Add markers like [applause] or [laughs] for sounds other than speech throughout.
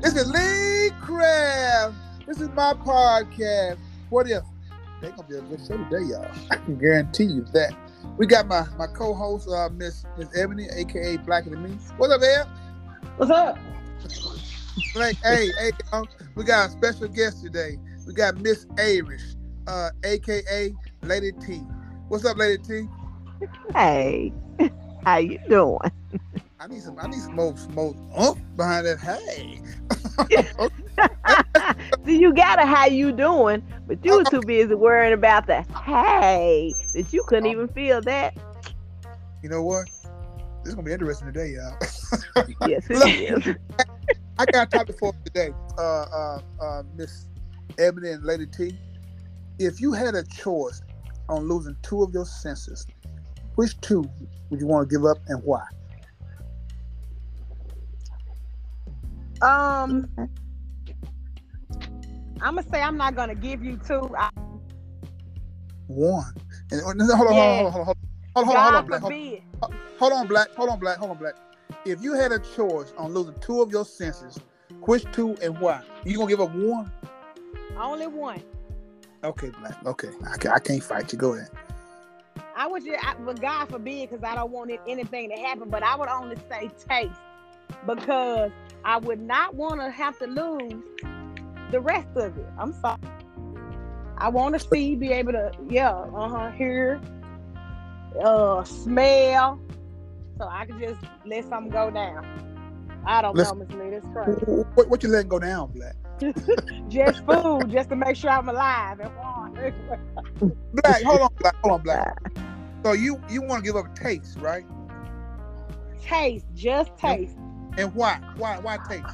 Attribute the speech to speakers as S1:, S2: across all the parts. S1: This is Lee Craft. This is my podcast. What if? They gonna be a good show today, y'all. I can guarantee you that. We got my my co-host, uh, Miss Miss Ebony, aka Black and Me. What's up, Eb?
S2: What's up?
S1: Like, hey, hey, y'all. we got a special guest today. We got Miss Irish, uh, aka Lady T. What's up, Lady T?
S3: Hey, [laughs] how you doing? [laughs]
S1: I need some. I need some more, some more oomph behind that. Hey,
S3: See, you got a how you doing, but you were too busy worrying about the hey that you couldn't even feel that.
S1: you know what? This is gonna be interesting today, y'all.
S3: Yes, it is.
S1: I got a topic for us today, uh, uh, uh, Miss Ebony and Lady T. If you had a choice on losing two of your senses, which two would you want to give up and why?
S2: Um, I'm gonna say I'm not gonna give you two. I,
S1: One. And oh, no, hold on, hold on, hold on, hold on, hold on, hold on,
S2: God
S1: hold on, black. Hold,
S2: forbid.
S1: hold on, black. Hold on, black. Hold on, black. If you had a choice on losing two of your senses, which two and why? You gonna give up one?
S2: Only one.
S1: Okay, black. Okay, I, ca- I can't fight you. Go ahead.
S2: I would just, I, but God forbid, because I don't want it, anything to happen. But I would only say taste, because I would not want to have to lose the rest of it. I'm sorry. I want to see, be able to, yeah, uh huh, hear, uh, smell, so I could just let something go down. I don't
S1: Let's-
S2: know, Miss Lee. That's crazy.
S1: What, what you letting go down, black?
S2: just food, just to make sure I'm alive and warm.
S1: Black. Hold on, black. Hold on,
S2: [laughs]
S1: black. So you you want to give up taste, right?
S2: taste, just taste.
S1: And why? Why? Why taste?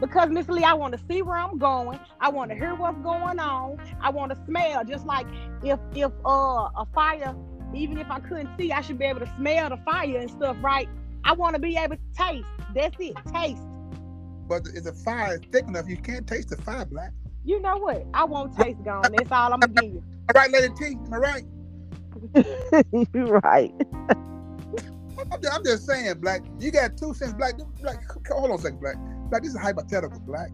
S2: Because Miss Lee, I want to see where I'm going. I want to hear what's going on. I want to smell. Just like if if uh a fire, even if I couldn't see, I should be able to smell the fire and stuff, right? I want to be able to taste. That's it, taste.
S1: But if the fire is thick enough, you can't taste the fire, black.
S2: You know what? I want taste gone. That's all I'm gonna give you.
S1: All right, Lady T. Am I right?
S3: [laughs] You're right.
S1: I'm just, I'm just saying, black. You got two cents, black. Black. c- c- Hold on a second, black. Black. This is hypothetical, black.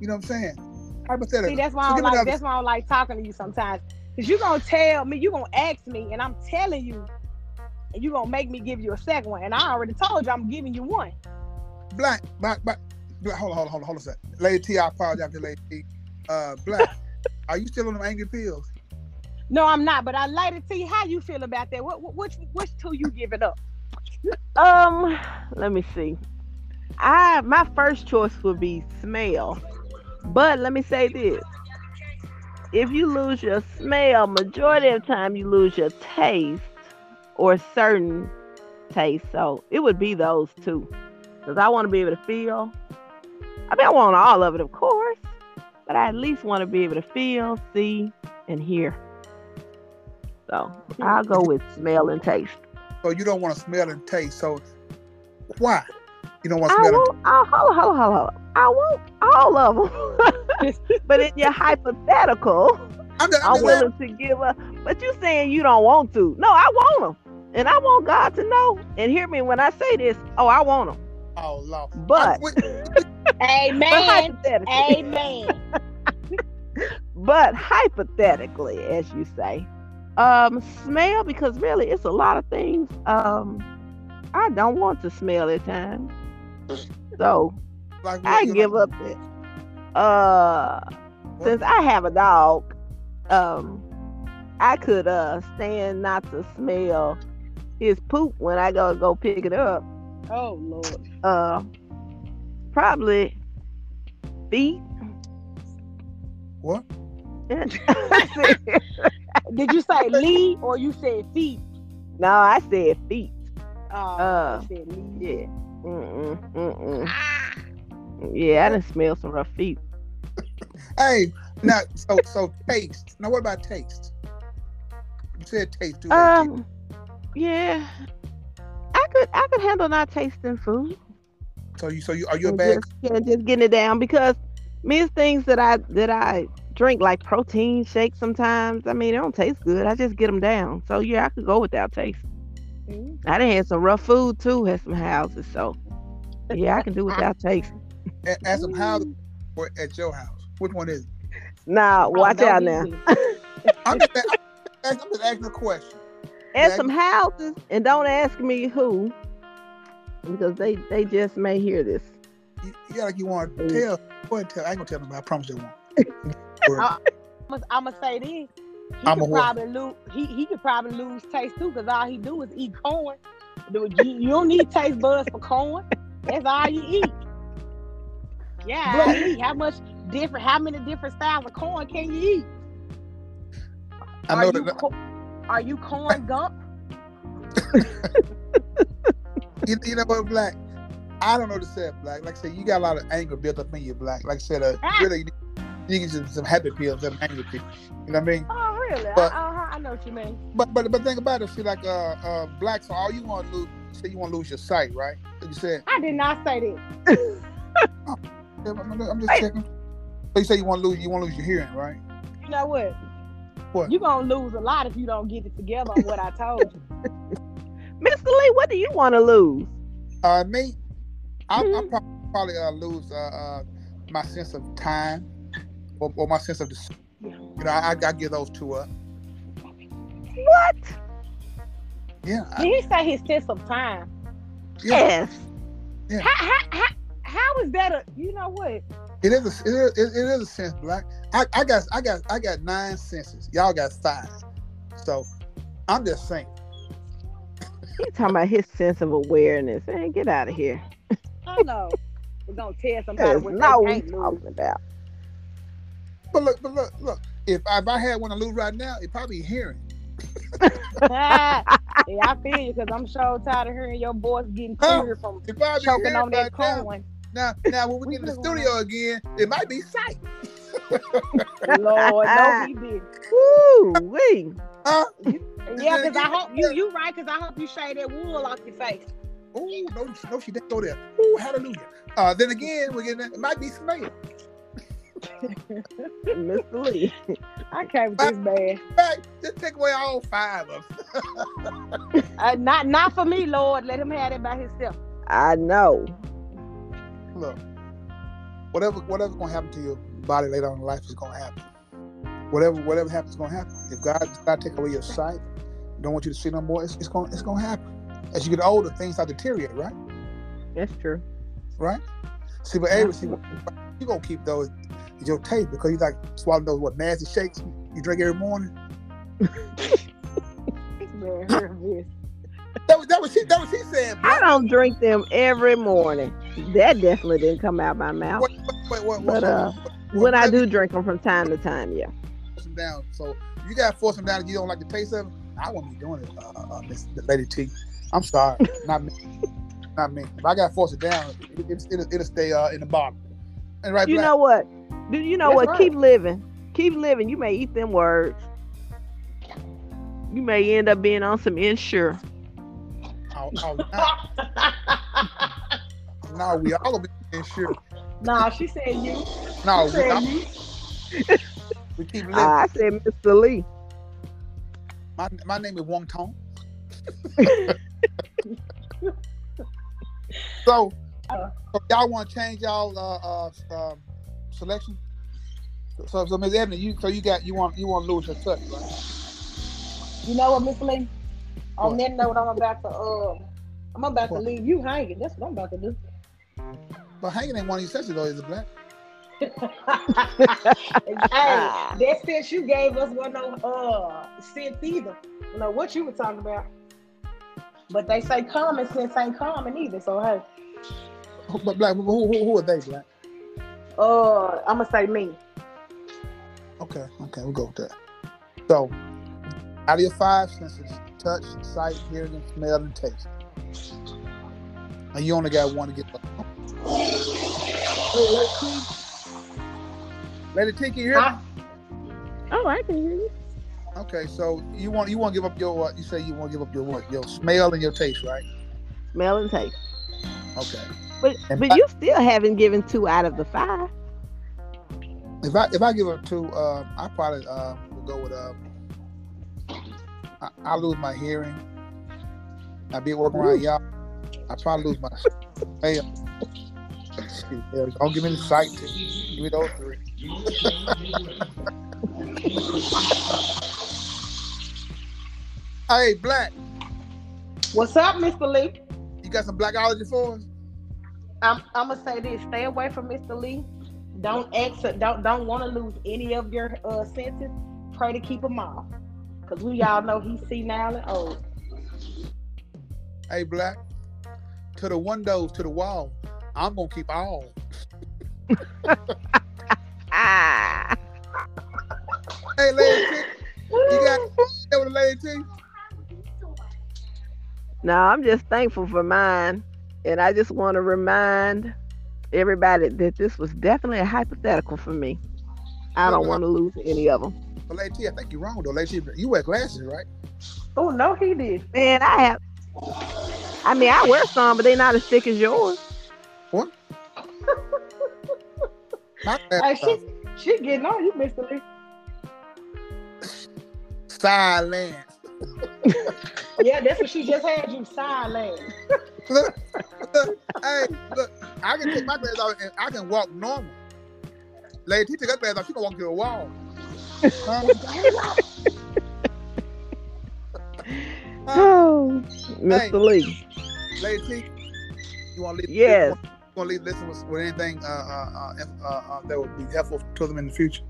S1: You know what I'm saying? Hypothetical.
S2: See, that's why
S1: So
S2: I
S1: give
S2: don't
S1: me
S2: like
S1: the
S2: that's why I don't like talking to you sometimes. Cause you gonna tell me, you gonna ask me, and I'm telling you, and you gonna make me give you a second one. And I already told you I'm giving you one.
S1: black, black, black, black. Hold on, hold on, hold on, hold on a second. Lady T, I apologize to Lady T. Uh,
S2: [laughs]
S1: black. Are you still on them angry pills?
S2: No, I'm not, but I like to see how you feel about that. What, what which which two you giving up?
S3: Um, let me see. I my first choice would be smell, but let me say this: if you lose your smell, majority of the time you lose your taste or certain taste. So it would be those two, because I want to be able to feel. I mean, I want all of it, of course, but I at least want to be able to feel, see, and hear. So I'll go with smell and taste.
S1: So you don't want to smell and taste. So why? You don't want
S3: I
S1: to smell and
S3: won't. I'll, hold, hold, hold, hold. I won't all of them. [laughs] but in your hypothetical,
S1: I'm just, I'm
S3: I'm
S1: just saying,
S3: willing to give up. But you saying you don't want to? No, I want them, and I want God to know and hear me when I say this. Oh, I want them.
S1: oh, Lord. I'm
S3: But,
S1: with-
S3: [laughs] but
S2: Amen.
S3: hypothetically,
S2: Amen.
S3: but hypothetically, as you say, um, smell because really it's a lot of things. Um, I don't want to smell at times, so
S1: Like,
S3: I
S1: you know,
S3: give up that. Uh, since I have a dog, um, I could uh stand not to smell his poop when I go go pick it up.
S2: Oh Lord.
S3: Uh, probably feet. [laughs]
S1: What?
S2: Did you say Lee or you said feet?
S3: no, I said feet.
S2: Oh,
S3: Uh,
S2: you said Lee.
S3: Yeah. Mm-mm, mm-mm. Yeah, I done smell some rough feet.
S1: Hey, now, so so taste. Now, what about taste? You said taste too. Um,
S3: Um, yeah, I could I could handle not tasting food.
S1: so you so you are you a
S3: and
S1: bad?
S3: just, yeah, just getting it down because me it's things that I that I drink like protein shakes sometimes. I mean, they don't taste good. I just get them down. So yeah, I could go without taste.
S2: Mm.
S3: I done had some rough food too at some houses, so yeah, I can do without taste.
S1: and ask
S2: Mm-hmm.
S1: them how
S2: Oh,
S1: to- or at your house. Which one is it?
S3: Now,
S4: Oh,
S3: watch
S4: no,
S3: out
S4: you
S3: now.
S4: do.
S1: I'm just, I'm just, I'm just asking a question.
S3: And
S1: Yeah.
S3: some houses, and don't ask me who, because they they just may hear this.
S1: You, you got like you
S3: [laughs]
S1: want to
S3: Mm.
S1: tell. Go ahead and tell. I ain't gonna tell them. I promise you I
S3: [laughs]
S1: won't.
S2: Uh, I'm gonna say this. He
S1: I'm a
S2: could
S1: what?
S2: probably lose. He, he could probably lose taste too, cause all he do is eat corn. You you don't need taste buds for corn. That's all you eat. Yeah, I eat. how much different? How many different styles of corn can you eat?
S1: I know
S2: are, you
S1: that.
S2: co- are you
S1: [laughs]
S2: corn gump?
S1: You, you know what, Black? I don't know what to say, Black. Like I said, you got a lot of anger built up in you, Black. Like I said, uh, really, you need some, some happy pills, some anger pills. You know what I mean?
S2: Oh, really? I-
S1: But-
S2: uh-huh, I know what you mean.
S1: But but but think about it. See, like uh, uh Black, so all you want to lose, say you want to lose your sight, right? Like you said,
S2: I did not say that.
S1: I'm I'm just checking. So you say you want to lose, you want to lose your hearing, right?
S2: You know what?
S1: What?
S2: You're gonna lose a lot if you don't get it together on what I told you.
S3: Mr. Lee, what do you want to lose?
S1: Uh, me, I'm,
S2: Mm-hmm.
S1: I'm prob- probably uh, lose uh, uh, my sense of time or, or my sense of the. You know, I, I gotta give those two up.
S3: What?
S1: Yeah, [laughs] I,
S2: Did he say his sense of time?
S1: [laughs] yeah.
S3: Yes.
S2: How, how, how, how is that a you know what?
S1: It is a it is, it is a sense, black. I, I got I got I got nine senses. Y'all got five. So, I'm just saying.
S3: He talking about his sense of awareness. Man, get out of here.
S2: I don't know. We're gonna tell somebody
S3: That's
S2: what
S3: not
S2: they
S3: what we
S2: can't lose. [laughs]
S3: talking about.
S1: But look, but look, look. If I, if I had one to lose right now, it probably hearing.
S2: yeah, I feel you because I'm so tired of hearing your voice getting
S1: Huh?
S2: clearer from
S1: If I be
S2: choking
S1: hearing
S2: on that
S1: right now, [laughs]
S2: corn.
S1: now, now when we,
S2: We
S1: get in the
S2: coulda
S1: studio again, it might be sight.
S2: Lord, no,
S1: [laughs]
S2: he did.
S3: Woo [laughs] wee.
S1: Huh?
S2: Yeah, because I hope you you right because I hope you shave that wool off your face.
S1: Oh no, no, she didn't go there. Oh hallelujah. Uh, then again, we get it might be smell.
S3: Mr. Lee.
S2: I can't with this man.
S1: Hey, just take away all five of them.
S2: Uh, not not for me, Lord. Let him have it by himself.
S3: I know.
S1: Look, whatever whatever's gonna happen to your body later on in life is gonna happen. Whatever whatever happens is gonna happen. If God does not take away your sight, don't want you to see no more, it's, it's gonna it's gonna happen. As you get older, things start to deteriorate, right?
S3: That's true.
S1: Right? See, but Avery, see, you gonna keep those is your taste because you like swallowing those what nasty shakes you drink every morning.
S2: This man heard
S1: [laughs]
S2: this.
S1: That was that was she that was she said.
S3: I don't drink them every morning. That definitely didn't come out my mouth.
S1: What, what, what, what,
S3: But, uh, When I do drink them from time to time, yeah.
S1: force them down. So you gotta force them down. If you don't like the taste of it, I won't be doing it, uh, uh, Miss Lady T. I'm sorry,
S3: [laughs]
S1: not me, not me. If I gotta force it down, it, it, it'll, it'll stay uh, in the bottom. And right,
S3: You
S1: Black,
S3: know what? Do you know
S2: That's
S3: what?
S2: right.
S3: Keep living. Keep living. You may eat them words. You may end up being on some insure.
S1: oh, oh, now, now we all gonna be
S3: [laughs]
S1: insured.
S2: Nah, she said you.
S1: Now
S2: she
S1: we,
S2: said
S1: I-
S2: you.
S1: we keep living.
S3: Ah, I said, Mr. Lee.
S1: my, my name is Wong Tong. so,
S2: Uh.
S1: so y'all want to change y'all uh, uh, um selection? So, so Ms. Ebony, you so you got you want you want to lose your touch, right?
S2: You know what, Miss Lee? On
S1: What?
S2: that note, I'm about to um, I'm about
S1: What?
S2: to leave you hanging. That's what I'm about
S1: [laughs]
S2: to do. [laughs]
S1: But hanging ain't one of your touches though, is it black? Ah.
S2: hey, that since you gave us one no uh sense either. You know what you were talking about. But they say common sense ain't common either. So hey,
S1: Who- But black, who, who, who are they, black?
S2: uh, I'm gonna say me.
S1: Okay, okay, we'll go with that. So, out of your five senses, touch, sight, hearing, smell, and taste, and you only got one to get. Lady T, can you hear me?
S2: Huh?
S3: Oh, I can hear you.
S1: Okay, so you want you want to give up your uh, you say you want to give up your what your smell and your taste, right?
S3: Smell and taste.
S1: Okay.
S3: But
S1: And
S3: but
S1: I-
S3: you still haven't given two out of the five.
S1: If I if I give up two, uh, I probably uh, will go with uh, I, I lose my hearing. I be walking around y'all. I probably lose my smell. Shit, hell, Don't give me the sight. Give me those three. [laughs] hey, Black,
S2: What's up, Mr. Lee?
S1: you got some blackology for us?
S2: I'm I'm gonna say this: stay away from Mr. Lee. Don't ex. Don't don't want to lose any of your uh, senses. Pray to keep them off, cause we all know he's senile and old.
S1: Hey, Black, to the windows, to the wall. I'm gonna keep all.
S3: Ah.
S1: Hey, Lady T, you got that with Lady T?
S3: No, I'm just thankful for mine. And I just want to remind everybody that this was definitely a hypothetical for me. I don't want to lose any of them.
S1: But Lady T, I think you're wrong though. Lady T, you wear glasses, right?
S2: oh no, he did.
S3: Man, I have. I mean, I wear some, but they're not as thick as yours.
S1: My
S2: Hey,
S1: glasses
S2: she she getting on you, Mr. Lee.
S1: are silent.
S2: Yeah, that's what she just had you silent.
S1: Look, look, [laughs] hey, look, I can take my glasses off and I can walk normal. Lady T took her glasses off, she can walk through a wall. Huh? Huh?
S3: Oh, Mr. Lee.
S1: Lady T, you want to leave?
S3: Yes.
S1: You want to leave listeners with, with anything uh, uh, uh, uh, uh, that would be helpful to them in the future?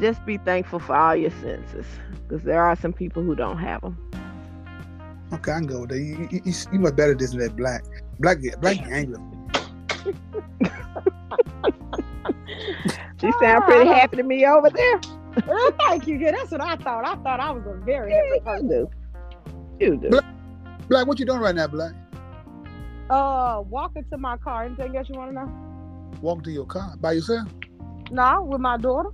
S3: Just be thankful for all your senses, because there are some people who don't have them.
S1: Okay, I can go with that. You, you, you, you much better at this than that black. Black, get- black, get angry.
S3: She sound pretty happy to me over there.
S2: Well, thank you. Yeah, that's what I thought. I thought I was a very [laughs] happy
S3: Yeah, you
S2: person.
S3: do. You do.
S1: Black, what you doing right now, Black?
S2: Uh, walking to my car. Anything else you want to know?
S1: Walking to your car by yourself?
S2: No, with my daughter.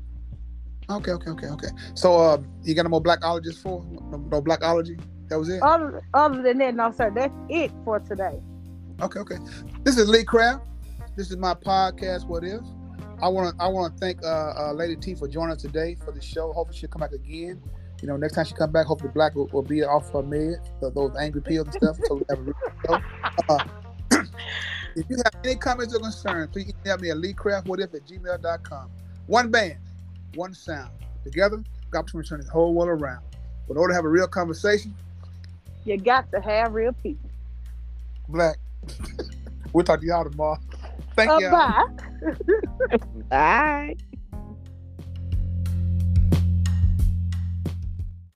S1: Okay, okay, okay, okay. So, uh, you got no more blackologists for? No, no blackology? That was it?
S2: Other other than that, no sir. That's it for today.
S1: Okay, okay. This is Lee Craft. This is my podcast. What if? I want to I want to thank uh, uh, Lady T for joining us today for the show. Hopefully she'll come back again. You know, next time she come back, hopefully Black will, will be off her meds, th- those angry pills and stuff. So we have a real show. Uh, [clears throat] if you have any comments or concerns, please email me at leecraftwhatif at gmail.com. One band, one sound. Together, got to turn the whole world around. But in order to have a real conversation,
S2: You got to have real people.
S1: Black, [laughs] we'll talk to y'all tomorrow. Thank
S2: Uh,
S1: you.
S2: Bye.
S3: Bye.